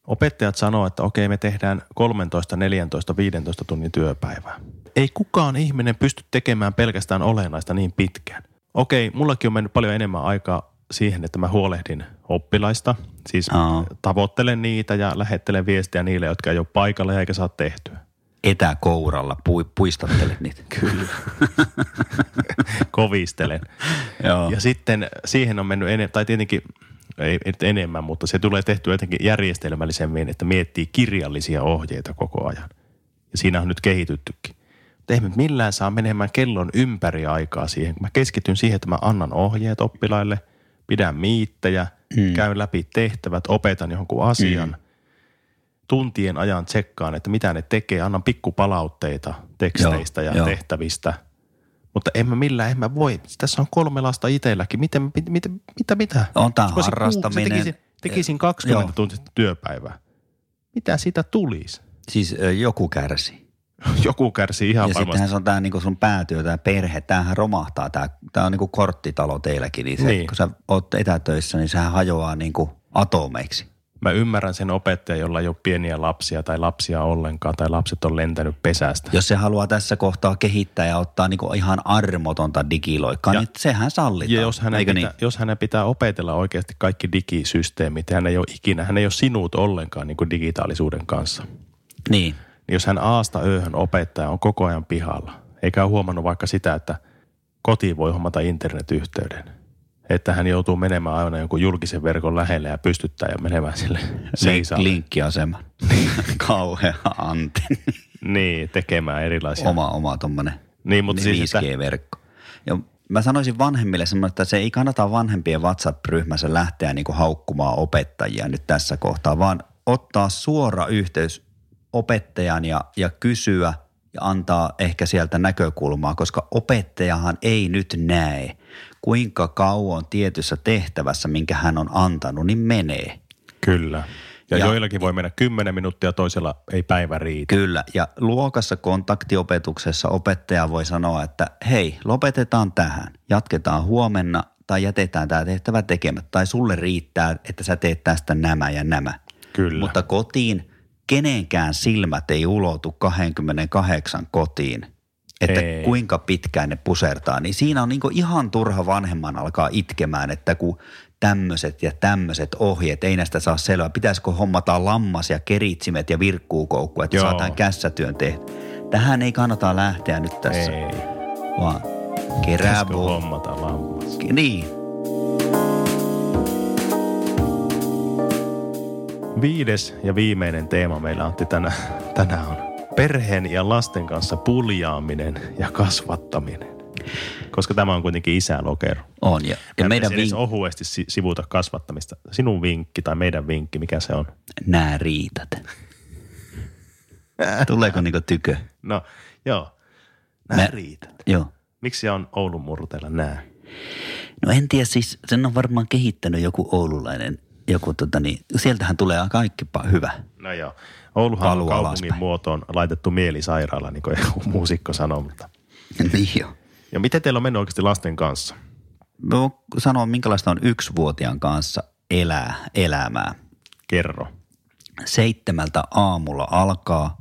S1: opettajat sanoo, että okei me tehdään 13, 14, 15 tunnin työpäivää. Ei kukaan ihminen pysty tekemään pelkästään olennaista niin pitkään. Okei, mullakin on mennyt paljon enemmän aikaa siihen, että mä huolehdin oppilaista. Siis
S2: Aa.
S1: tavoittelen niitä ja lähettelen viestiä niille, jotka ei ole paikalla ja eikä saa tehtyä.
S2: etäkouralla pui, puistattelet niitä.
S1: *laughs* Kyllä. Kovistelen.
S2: Joo.
S1: Ja sitten siihen on mennyt enemmän, tai tietenkin ei nyt enemmän, mutta se tulee tehtyä jotenkin järjestelmällisemmin, että miettii kirjallisia ohjeita koko ajan. Ja siinä on nyt kehityttykin. Mutta eihän me millään saa menemään kellon ympäri aikaa siihen. Kun mä keskityn siihen, että mä annan ohjeet oppilaille, pidän miittejä, mm. käyn läpi tehtävät, opetan jonkun asian. Mm. Tuntien ajan tsekkaan, että mitä ne tekee, annan pikkupalautteita teksteistä
S2: Joo,
S1: ja
S2: joo.
S1: tehtävistä – mutta en mä millään, en mä voi. Tässä on kolme lasta itselläkin. Miten, mit, mit, mitä, mitä?
S2: On tää
S1: Jos mä olisin
S2: harrastaminen.
S1: kuukausi, Tekisin, tekisin 20
S2: Joo.
S1: Joo. tuntia työpäivää. Mitä siitä tulisi? *laughs*
S2: Siis ö, joku kärsii.
S1: Joku kärsii ihan
S2: ja
S1: varmasti.
S2: sittenhän se on tämä niinku sun päätyö, tämä perhe, tämähän romahtaa, tämä, tämä on niinku korttitalo teilläkin, niin, se,
S1: Niin.
S2: kun sä oot etätöissä, niin sehän hajoaa niinku atomeiksi.
S1: Mä ymmärrän sen opettajan, jolla ei ole pieniä lapsia tai lapsia ollenkaan tai lapset on lentänyt pesästä.
S2: Jos se haluaa tässä kohtaa kehittää ja ottaa niinku ihan armotonta digiloikkaa,
S1: Ja-
S2: niin sehän sallitaan.
S1: Ja jos hänen,
S2: Eikö
S1: pitää,
S2: niin?
S1: niin? jos hänen pitää opetella oikeasti kaikki digisysteemit, ja hän ei ole ikinä, hän ei ole sinut ollenkaan niin kuin digitaalisuuden kanssa.
S2: Niin.
S1: niin jos hän aasta ööhön opettaja on koko ajan pihalla, eikä ole huomannut vaikka sitä, että koti voi hommata internetyhteyden, että hän joutuu menemään aina jonkun julkisen verkon lähelle ja pystyttää ja menemään sille
S2: Link,
S1: seisalle. *laughs*
S2: linkkiasema. Kauhea antenni.
S1: Niin, tekemään erilaisia.
S2: Oma, oma tommonen
S1: Niin, mutta
S2: niin
S1: siis, että,
S2: 5G-verkko. Ja mä sanoisin vanhemmille semmoinen, että se ei kannata vanhempien WhatsApp-ryhmässä lähteä niinku haukkumaan opettajia nyt tässä kohtaa, vaan ottaa suora yhteys opettajan ja, ja kysyä ja antaa ehkä sieltä näkökulmaa, koska opettajahan ei nyt näe, kuinka kauan tietyssä tehtävässä, minkä hän on antanut, niin menee.
S1: kyllä. Ja,
S2: Ja-
S1: ja joillakin voi mennä 10 minuuttia, toisella ei päivä riitä.
S2: Kyllä, ja luokassa kontaktiopetuksessa opettaja voi sanoa, että hei, lopetetaan tähän, jatketaan huomenna tai jätetään tämä tehtävä tekemättä tai sulle riittää, että sä teet tästä nämä ja nämä.
S1: Kyllä.
S2: Mutta kotiin kenenkään silmät ei ulotu 28 kotiin, että ei.
S1: Ei.
S2: kuinka pitkään ne pusertaa. Niin siinä on niinku ihan turha vanhemman alkaa itkemään, että kun tämmöiset ja tämmöiset ohjeet, ei näistä saa selvää. Pitäisikö hommata lammas ja keritsimet ja virkkuukoukku, että
S1: Joo.
S2: saadaan kässätyön tehty. Tähän ei kannata lähteä nyt tässä, ei.
S1: Ei,
S2: vaan kerää
S1: pitäisikö
S2: vo-
S1: hommata lammas?
S2: Niin,
S1: Viides ja viimeinen teema meillä Antti tänä, tänään on perheen ja lasten kanssa puljaaminen ja kasvattaminen. Koska tämä on kuitenkin isälokero.
S2: on. Ja, ja meidän
S1: vink...
S2: vink-
S1: ohuesti si- sivuta kasvattamista. Sinun vinkki tai meidän vinkki, mikä se on?
S2: nää riitat.
S1: *laughs*
S2: Tuleeko niinku tykö?
S1: No, joo. Nää
S2: Mä-
S1: Mä... riität.
S2: Joo.
S1: Miksi se on Oulun murteella nää?
S2: No en tiedä, siis sen on varmaan kehittänyt joku oululainen. Joku, tota, niin, sieltähän tulee kaikki pa- hyvä.
S1: No joo. Ouluhan
S2: Paluu
S1: on kaupungin
S2: alaspäin.
S1: muotoon laitettu mielisairaala, niin kuin *laughs* joku muusikko sanoo. Mutta.
S2: niin jo.
S1: Ja miten teillä on mennyt oikeasti lasten kanssa?
S2: Mä voin sanoa, minkälaista on yksivuotiaan kanssa elää elämää.
S1: Kerro.
S2: Seitsemältä aamulla alkaa.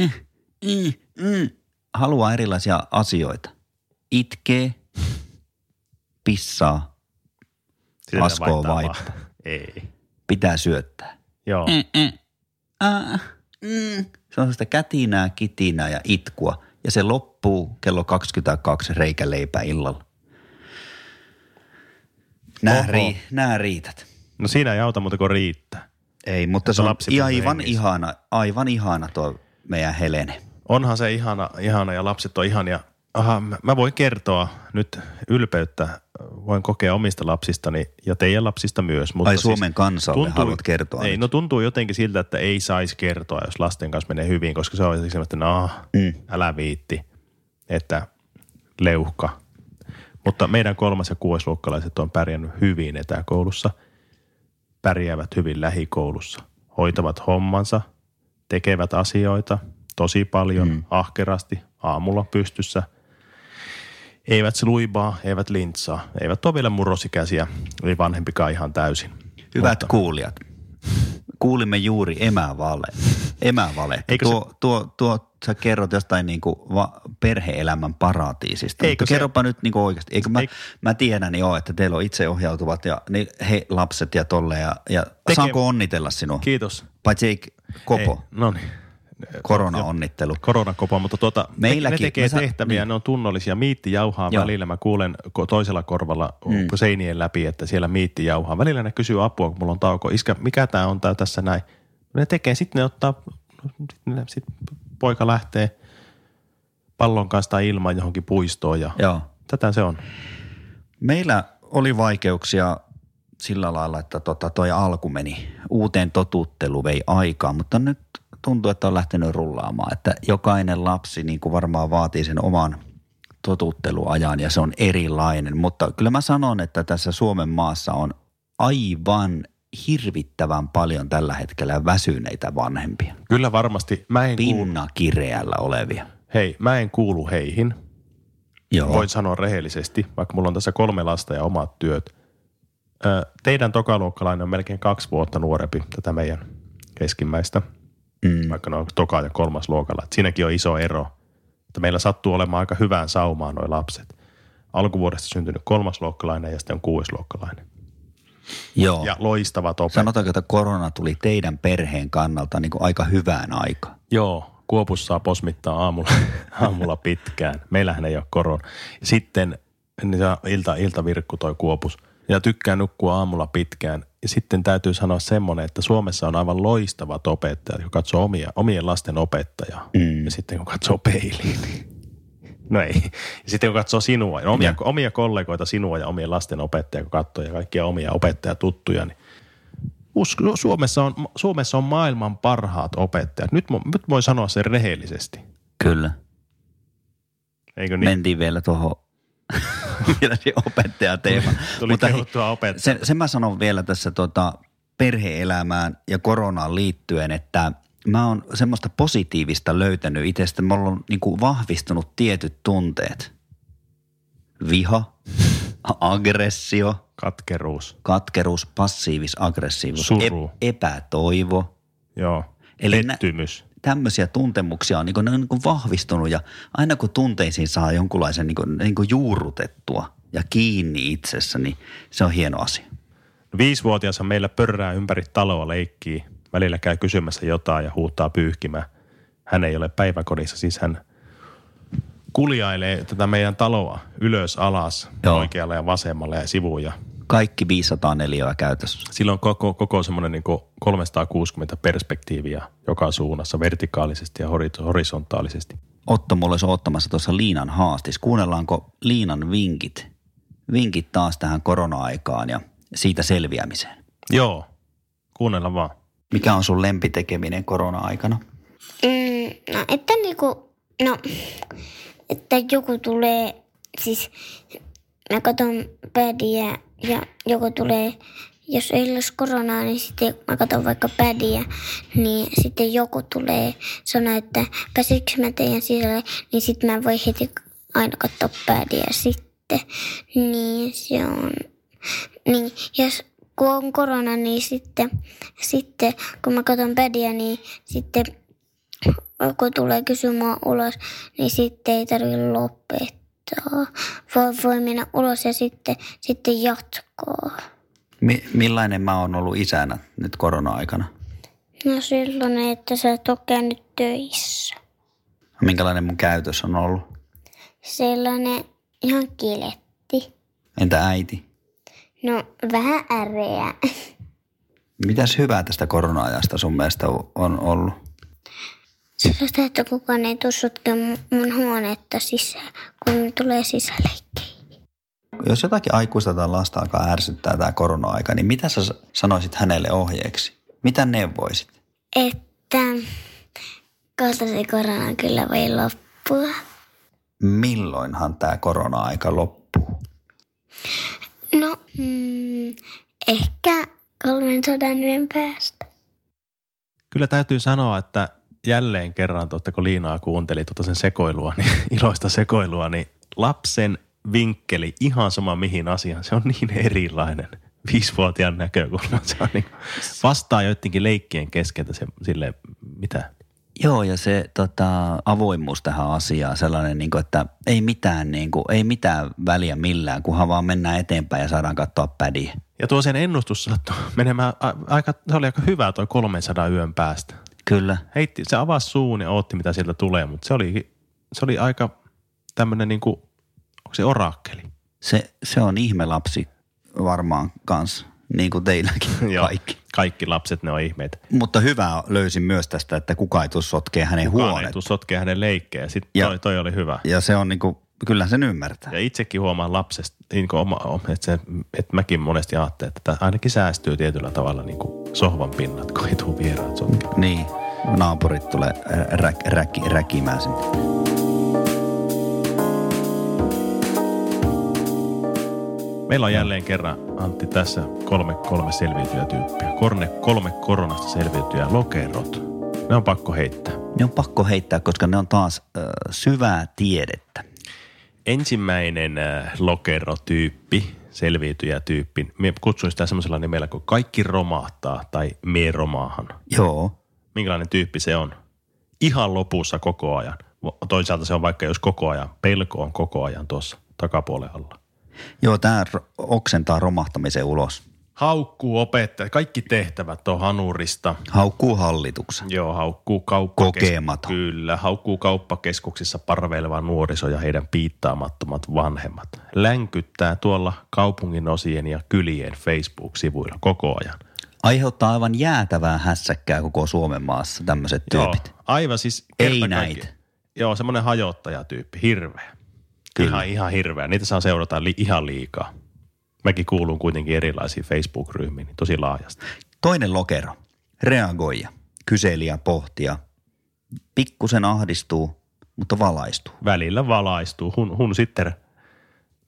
S2: Eh, eh, eh. Haluaa erilaisia asioita. Itkee, pissaa,
S1: Sitä
S2: Laskoo
S1: vaihtaa
S2: vaippa.
S1: vaan. Ei.
S2: pitää syöttää.
S1: Joo.
S2: Mm. Äh, mm. Se on sitä kätinää, kitinää ja itkua. Ja se loppuu kello 22 reikäleipää illalla. Nää,
S1: Oho.
S2: ri, nää riität.
S1: No siinä ei auta muuta kuin riittää.
S2: Ei, mutta se on
S1: lapsi pysyy
S2: aivan
S1: hengissä.
S2: ihana, aivan ihana tuo meidän Helene.
S1: Onhan se ihana, ihana ja lapset on ihania. Aha, mä- mä voin kertoa nyt ylpeyttä, voin kokea omista lapsistani ja teidän lapsista myös. Mutta siis-
S2: Ai Suomen kansalle
S1: tuntuu-
S2: haluat kertoa
S1: Ei,
S2: nyt?
S1: no tuntuu jotenkin siltä, että ei saisi kertoa, jos lasten kanssa menee hyvin, koska se on jotenkin semmoista, että no, mm. älä viitti, että leuhka. Mutta meidän kolmas- ja kuudesluokkalaiset on pärjännyt hyvin etäkoulussa, pärjäävät hyvin lähikoulussa, hoitavat hommansa, tekevät asioita tosi paljon, mm. ahkerasti, aamulla pystyssä. Eivät sluibaa, eivät lintsaa, eivät ole vielä murrosikäisiä, ei vanhempikaan ihan täysin.
S2: Hyvät kuulijat, kuulimme juuri emävale. Emävale.
S1: Eikö se-
S2: Tuo, tuo, tuo, sä kerrot jostain niinku va- perhe-elämän paratiisista.
S1: Eikö
S2: Eikö
S1: se-
S2: kerropa nyt niinku oikeasti. Eikö mä,
S1: Eik-
S2: mä tiedän jo, että teillä on itseohjautuvat ja niin he lapset ja tolle. Ja, ja saanko onnitella sinua?
S1: Kiitos.
S2: Paitsi ei kopo.
S1: No niin.
S2: Korona-onnittelu.
S1: koronakopa, mutta tuota,
S2: Meilläkin.
S1: ne tekee
S2: Mä sa-
S1: tehtäviä,
S2: niin.
S1: ne on tunnollisia, miitti jauhaa
S2: Joo.
S1: välillä, mä kuulen ko- toisella korvalla mm. seinien läpi, että siellä miitti jauhaa. Välillä ne kysyy apua, kun mulla on tauko, iskä, mikä tämä on tää tässä näin. Ne tekee, sitten ne ottaa, sitten ne, sit poika lähtee pallon kanssa tai ilman johonkin puistoon ja
S2: Joo.
S1: tätä se on.
S2: Meillä oli vaikeuksia sillä lailla, että tota, toi alku meni. Uuteen totuuttelu vei aikaa, mutta nyt tuntuu, että on lähtenyt rullaamaan. Että jokainen lapsi niin kuin varmaan vaatii sen oman totuutteluajan ja se on erilainen. Mutta kyllä mä sanon, että tässä Suomen maassa on aivan hirvittävän paljon tällä hetkellä väsyneitä vanhempia.
S1: Kyllä varmasti, mä en, kuulu,
S2: Pinnakireällä olevia.
S1: hei, mä en kuulu heihin,
S2: Joo.
S1: voin sanoa rehellisesti, vaikka mulla on tässä kolme lasta ja omat työt. Ö, teidän tokaluokkalainen on melkein kaksi vuotta nuorempi tätä meidän keskimmäistä, mm. vaikka ne on toka- ja kolmas luokalla. Et siinäkin on iso ero, että meillä sattuu olemaan aika hyvään saumaan nuo lapset. Alkuvuodesta syntynyt kolmasluokkalainen ja sitten on kuudesluokkalainen.
S2: Joo.
S1: Ja loistavat opet.
S2: Sanotaanko, että korona tuli teidän perheen kannalta niin kuin aika hyvään aikaan?
S1: Joo, Kuopussa saa posmittaa aamulla, *laughs* aamulla pitkään. Meillähän ei ole korona. Sitten niin se on ilta, iltavirkku toi Kuopus. Ja tykkää nukkua aamulla pitkään. Ja sitten täytyy sanoa semmoinen, että Suomessa on aivan loistava opettaja, joka katsoo omia, omien lasten opettajaa. Mm. Ja sitten kun katsoo peiliin, niin... No ei. Ja sitten kun katsoo sinua, ja omia, omia kollegoita sinua ja omien lasten opettajia, kun katsoo ja kaikkia omia opettajatuttuja, niin Usko, no, Suomessa, on, Suomessa on maailman parhaat opettajat. Nyt, mu- nyt voi sanoa sen rehellisesti.
S2: Kyllä.
S1: Eikö
S2: Niin.
S1: niin?
S2: Mentiin vielä tuohon *laughs* vielä siihen opettajateemaan.
S1: Tuli
S2: Mutta hei,
S1: kehuttua opettajaa.
S2: sen, sen mä sanon vielä tässä tota, perheelämään ja koronaan liittyen, että mä oon semmoista positiivista löytänyt itsestä. Mulla on niin kuin vahvistunut tietyt tunteet. Viha, *laughs* aggressio,
S1: Katkeruus.
S2: katkeruus, passiivis-aggressiivisuus,
S1: Suru.
S2: epätoivo –
S1: Joo.
S2: Eli
S1: Eli
S2: nä-
S1: Pettymys.
S2: tämmöisiä tuntemuksia on, niin kuin, ne on niin kuin vahvistunut ja aina kun tunteisiin saa jonkunlaisen niin kuin, niin kuin juurrutettua ja kiinni itsessä, niin se on hieno asia.
S1: No, Viisivuotiaassa meillä pörrää ympäri taloa leikkii. Välillä käy kysymässä jotain ja huutaa pyyhkimään. Hän ei ole päiväkodissa, siis hän kuljailee tätä meidän taloa ylös, alas,
S2: Joo.
S1: Joo. oikealle ja vasemmalle ja sivuun. Ja
S2: Kaikki 504 käytössä.
S1: Sillä on koko, koko semmoinen niin 360 perspektiiviä joka suunnassa, vertikaalisesti ja hori- horisontaalisesti.
S2: Otto mulla olisi ottamassa tuossa Liinan haastis. Kuunnellaanko Liinan vinkit? Vinkit taas tähän korona-aikaan ja siitä selviämiseen.
S1: Joo, kuunnella vaan.
S2: Mikä on sun lempitekeminen korona-aikana?
S3: Mm, no, että niinku, no, että joku tulee, siis mä katon pädiä ja joku tulee, jos ei olisi koronaa, niin sitten mä katon vaikka pädiä, niin sitten joku tulee sanoa, että pääsikö mä teidän sisälle, niin sitten mä voin heti aina katsoa pädiä sitten. Niin se on niin jos kun on korona, niin sitten, sitten kun mä katson pädiä, niin sitten kun tulee kysymään ulos, niin sitten ei tarvitse lopettaa, vaan voi mennä ulos ja sitten, sitten jatkaa.
S2: Mi- millainen mä oon ollut isänä nyt korona-aikana?
S3: No silloin, että sä et ole käynyt töissä.
S2: Minkälainen mun käytös on ollut?
S3: Sellainen ihan kiletti.
S2: Entä äiti?
S3: No vähän äreä. *laughs*
S2: Mitäs hyvää tästä korona-ajasta sun mielestä o- on ollut?
S3: Sellaista, että kukaan ei tule sotkemaan mun huonetta sisään, kun tulee sisäleikkejä.
S2: Jos jotakin aikuista tai lasta alkaa ärsyttää tämä korona-aika, niin mitä sä s- sanoisit hänelle ohjeeksi? Mitä neuvoisit?
S3: että kohta se korona kyllä voi loppua.
S2: Milloinhan tämä korona-aika loppuu?
S3: No, mm, ehkä kolmen sodan yön päästä.
S1: Kyllä täytyy sanoa, että jälleen kerran, tuotta, kun Liinaa kuunteli tuota sen sekoilua, niin *laughs* iloista sekoilua, niin lapsen vinkkeli ihan sama mihin asiaan, se on niin erilainen viisivuotiaan näkökulma. Se on niin, vastaa joidenkin leikkien keskeltä se, sille, mitä,
S2: Joo, ja se tota, avoimuus tähän asiaan, sellainen, niin kuin, että ei mitään, niin kuin, ei mitään väliä millään, kunhan vaan mennään eteenpäin ja saadaan katsoa pädiä.
S1: Ja tuo sen ennustus sattui menemään a- aika, se oli aika hyvä toi 300 yön päästä.
S2: Kyllä.
S1: Heitti, se avasi suun ja ootti, mitä sieltä tulee, mutta se oli, se oli aika tämmöinen niin kuin, onko se orakkeli?
S2: Se, se on ihme lapsi varmaan kans, niin kuin teilläkin
S1: Joo.
S2: kaikki.
S1: Kaikki lapset, ne on ihmeitä.
S2: Mutta hyvää löysin myös tästä, että kuka ei tuu sotkee hänen
S1: Kukaan ei
S2: huoneen.
S1: tuu sotkea hänen leikkejä. Sitten
S2: Ja-
S1: toi, toi oli hyvä.
S2: Ja se on niinku, kyllähän sen ymmärtää.
S1: Ja itsekin huomaan lapsesta, niin kuin oma, että, se, että mäkin monesti ajattelen, että tää ainakin säästyy tietyllä tavalla niin kuin sohvan pinnat, kun ei tule vieraat sotkea.
S2: Niin, naapurit tulee rä, rä, rä, räkimään sinne.
S1: Meillä on jälleen kerran, Antti, tässä kolme kolme selviytyjä tyyppiä. Korne kolme koronasta selviytyjä lokerot. Ne on pakko heittää.
S2: Ne on pakko heittää, koska ne on taas ö, syvää tiedettä.
S1: Ensimmäinen äh, lokerotyyppi, selviytyjätyyppi, me kutsuin sitä semmoisella nimellä kuin kaikki romahtaa tai me romaahan.
S2: Joo,
S1: Minkälainen tyyppi se on? Ihan lopussa koko ajan. Vo- Toisaalta se on vaikka jos koko ajan, pelko on koko ajan tuossa takapuolen alla.
S2: joo tämä oksentaa romahtamisen ulos.
S1: Haukkuu opettaja, kaikki tehtävät on hanurista.
S2: Haukkuu hallituksen.
S1: Joo, haukkuu kauppakeskuksissa.
S2: Kokematon.
S1: Kyllä, haukkuu kauppakeskuksissa parveileva nuoriso ja heidän piittaamattomat vanhemmat. Länkyttää tuolla kaupungin osien ja kylien Facebook-sivuilla koko ajan.
S2: Aiheuttaa aivan jäätävää hässäkkää koko Suomen maassa tämmöiset tyypit.
S1: Joo, aivan siis
S2: Ei
S1: kerta
S2: näitä.
S1: kaikki- Joo, semmoinen hajottajatyyppi, hirveä. Kyllä. Ihan, ihan hirveä. Niitä saa seurata li- ihan liikaa. Mäkin kuulun kuitenkin erilaisiin Facebook-ryhmiin, niin tosi laajasti.
S2: Toinen lokero. Reagoija. Kyselijä, pohtia. Pikkusen ahdistuu, mutta valaistuu.
S1: Välillä valaistuu, hun, hun sitten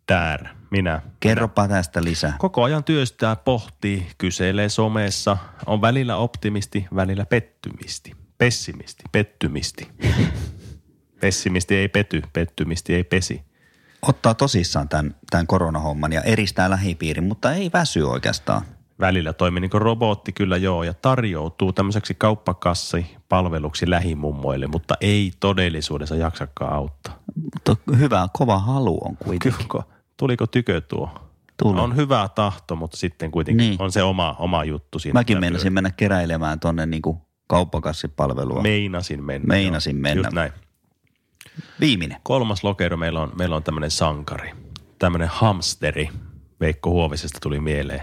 S1: tär, minä.
S2: Kerropa tästä lisää.
S1: Koko ajan työstää, pohtii, kyselee somessa, on välillä optimisti, välillä pettymisti. Pessimisti,
S2: *laughs*
S1: pettymisti. Pessimisti ei pety, pettymisti ei pesi.
S2: Ottaa tosissaan tämän, tämän koronahomman ja eristää lähipiirin, mutta ei väsy oikeastaan.
S1: Välillä toimii niin kuin robotti kyllä joo ja tarjoutuu tämmöiseksi kauppakassi palveluksi lähimummoille, mutta ei todellisuudessa jaksakaan auttaa.
S2: Mutta hyvä, kova halu on kuitenkin.
S1: Tuliko, tuliko tykö tuo?
S2: Tuli.
S1: On hyvä tahto, mutta sitten kuitenkin
S2: Niin.
S1: niin. on se oma, oma juttu siinä.
S2: Mäkin
S1: mitä
S2: meinasin mennä keräilemään tuonne niinku kauppakassipalvelua. Me...
S1: Meinasin mennä.
S2: Meinasin
S1: joo.
S2: mennä.
S1: Just näin.
S2: Viimeinen.
S1: Kolmas lokero meillä on, meillä on tämmöinen sankari, tämmöinen hamsteri. Veikko Huovisesta tuli mieleen.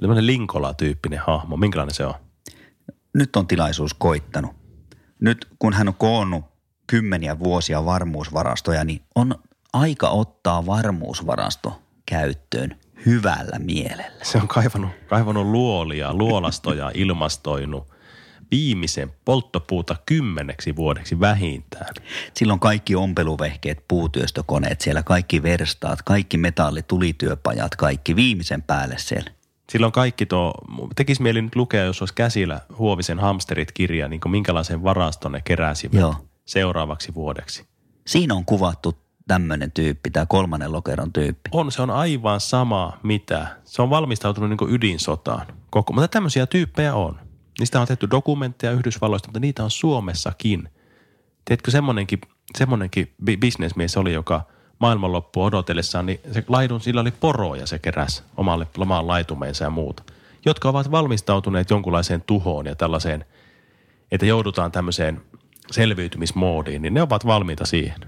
S1: Tämmöinen Linkola-tyyppinen hahmo. Minkälainen se on?
S2: Nyt on tilaisuus koittanut. Nyt kun hän on koonnut kymmeniä vuosia varmuusvarastoja, niin on aika ottaa varmuusvarasto käyttöön hyvällä mielellä.
S1: Se on kaivannut, kaivannut luolia, *laughs* luolastoja, ilmastoinut viimeisen polttopuuta kymmeneksi vuodeksi vähintään.
S2: Silloin kaikki ompeluvehkeet, puutyöstökoneet siellä, kaikki verstaat, kaikki metallitulityöpajat, kaikki viimeisen päälle siellä.
S1: Silloin kaikki tuo, tekisi mieli nyt lukea, jos olisi käsillä Huovisen Hamsterit-kirja, niin kuin minkälaisen varaston ne keräsivät
S2: Joo.
S1: seuraavaksi vuodeksi.
S2: Siinä on kuvattu tämmöinen tyyppi, tämä kolmannen lokeron tyyppi.
S1: On, se on aivan sama mitä. Se on valmistautunut niin kuin ydinsotaan. Koko, mutta tämmöisiä tyyppejä on. Niistä on tehty dokumentteja Yhdysvalloista, mutta niitä on Suomessakin. Tiedätkö, semmoinenkin, semmoinenkin bi- bisnesmies oli, joka maailmanloppua odotellessaan, niin se laidun, sillä oli poroja se keräs omalle omaan laitumeensa ja muuta, jotka ovat valmistautuneet jonkunlaiseen tuhoon ja tällaiseen, että joudutaan tämmöiseen selviytymismoodiin, niin ne ovat valmiita siihen.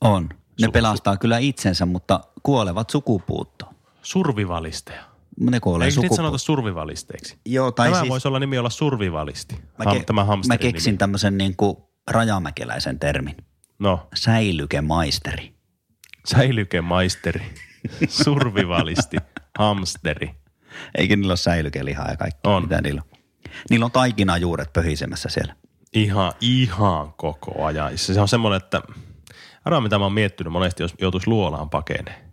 S2: On. Ne pelastaa kyllä itsensä, mutta kuolevat sukupuuttoon.
S1: Survivalisteja.
S2: Ne kuolee
S1: Eikö niitä sanota
S2: sukupuuttoon.
S1: survivalisteiksi?
S2: Joo, tai
S1: Tämä
S2: siis
S1: voisi olla nimi olla survivalisti.
S2: mä,
S1: Ham, tämä
S2: mä
S1: hamsterin
S2: keksin
S1: Nimi.
S2: tämmöisen niin kuin rajamäkeläisen termin.
S1: No,
S2: Säilykemaisteri.
S1: säilykemaisteri,
S2: *laughs*
S1: survivalisti, hamsteri.
S2: Eikö niillä ole säilykelihaa ja kaikki?
S1: On.
S2: Mitä niillä on? Niillä on taikinajuuret pöhisemässä siellä.
S1: Ihan, ihan koko ajan. Se se on semmoinen, että arvaa mitä mä oon miettinyt monesti, jos joutuisi luolaan pakeneen.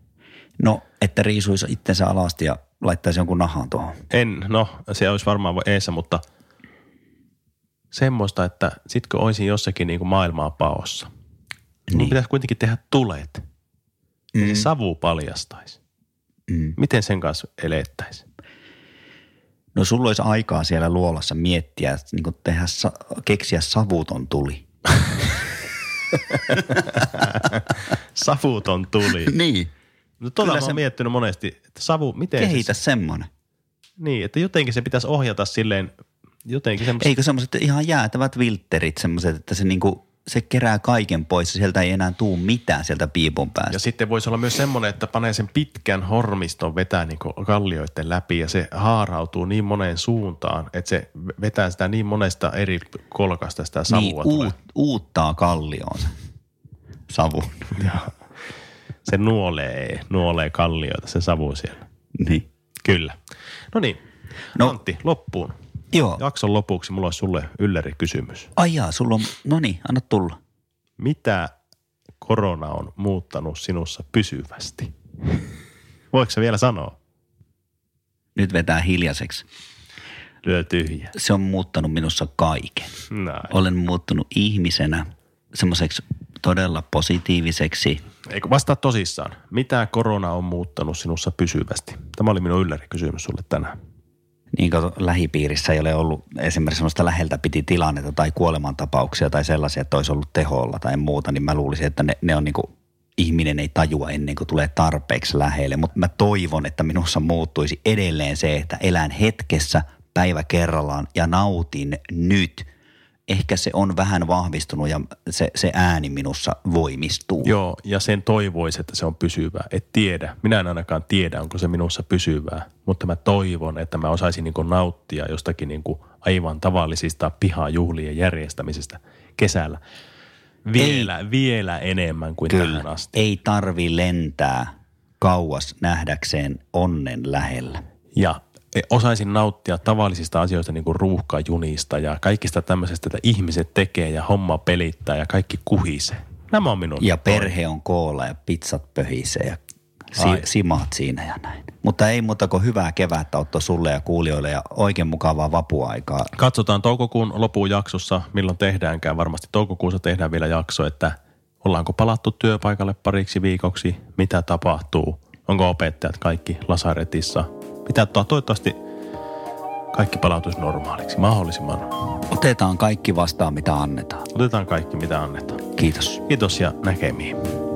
S2: No, että riisuisi itsensä alasti ja laittaisi jonkun nahan tuohon.
S1: En, no se olisi varmaan voi- eessä, mutta semmoista, että sit kun olisin jossakin niin kuin maailmaa paossa, niin. mun
S2: Niin.
S1: pitäisi kuitenkin tehdä tulet. Mm.
S2: Siis
S1: Ja se savu paljastaisi.
S2: Mm.
S1: Miten sen kanssa elettäisi?
S2: No sulla olisi aikaa siellä luolassa miettiä, niin kuin tehdä, sa- keksiä savuton tuli.
S1: Savuton tuli.
S2: Niin.
S1: No tuolla
S2: Kyllä
S1: mä
S2: se-
S1: oon miettinyt monesti, että savu, miten
S2: Kehitä
S1: Se,
S2: semmoinen.
S1: niin, että jotenkin se pitäisi ohjata silleen jotenkin semmoista.
S2: Eikö semmoiset ihan jäätävät viltterit semmoiset, että se niinku, se kerää kaiken pois ja sieltä ei enää tuu mitään sieltä piipun
S1: Ja
S2: päästä.
S1: sitten voisi olla myös semmoinen, että panee sen pitkän hormiston vetää niin kallioiden läpi ja se haarautuu niin moneen suuntaan, että se vetää sitä niin monesta eri kolkasta sitä savua.
S2: niin
S1: tulee.
S2: uut, uuttaa kallioon se savu.
S1: *laughs* Se nuolee, nuolee kallioita se savu siellä.
S2: niin.
S1: Kyllä. No niin, no.
S2: No.
S1: Antti, loppuun.
S2: Joo.
S1: Jakson lopuksi mulla olisi sulle ylläri kysymys.
S2: Ai jaa, sulla on, no niin, anna tulla.
S1: Mitä korona on muuttanut sinussa pysyvästi? Voiko se vielä sanoa?
S2: Nyt vetää hiljaiseksi.
S1: Lyö tyhjä.
S2: Se on muuttanut minussa kaiken.
S1: Näin.
S2: Olen muuttunut ihmisenä semmoiseksi todella positiiviseksi.
S1: Eikö vastaa tosissaan. Mitä korona on muuttanut sinussa pysyvästi? Tämä oli minun ylläri kysymys sulle tänään.
S2: Niin kato, lähipiirissä ei ole ollut esimerkiksi semmoista läheltä piti tilannetta tai kuolemantapauksia tai sellaisia, että olisi ollut teholla tai muuta, niin mä luulisin, että ne, ne on niinku, ihminen ei tajua ennen kuin tulee tarpeeksi lähelle. Mutta mä toivon, että minussa muuttuisi edelleen se, että elän hetkessä päivä kerrallaan ja nautin nyt. Ehkä se on vähän vahvistunut ja se, se ääni minussa voimistuu.
S1: Joo, ja sen toivoisi, että se on pysyvää. Et tiedä. Minä en ainakaan tiedä, onko se minussa pysyvää. Mutta mä toivon, että mä osaisin niin nauttia jostakin niin aivan tavallisista pihajuhlien järjestämisestä kesällä. Vielä, vielä enemmän kuin Kyllä. tähän asti.
S2: Ei tarvi lentää kauas nähdäkseen onnen lähellä.
S1: Ja osaisin nauttia tavallisista asioista, niin kuin ruuhkajunista ja kaikista tämmöisestä, että ihmiset tekee ja homma pelittää ja kaikki kuhisee. Nämä on minun.
S2: Ja
S1: toive.
S2: perhe on koolla ja pizzat pöhisee ja
S1: Ai.
S2: si- simaat siinä ja näin. Mutta ei muuta kuin hyvää kevättä Otto sulle ja kuulijoille ja oikein mukavaa vapuaikaa.
S1: Katsotaan toukokuun lopun jaksossa, milloin tehdäänkään. Varmasti toukokuussa tehdään vielä jakso, että ollaanko palattu työpaikalle pariksi viikoksi, mitä tapahtuu, onko opettajat kaikki lasaretissa. Pitää ottaa toivottavasti kaikki palautuisi normaaliksi mahdollisimman.
S2: Otetaan kaikki vastaan mitä annetaan.
S1: Otetaan kaikki, mitä annetaan.
S2: Kiitos.
S1: Kiitos ja näkemiin.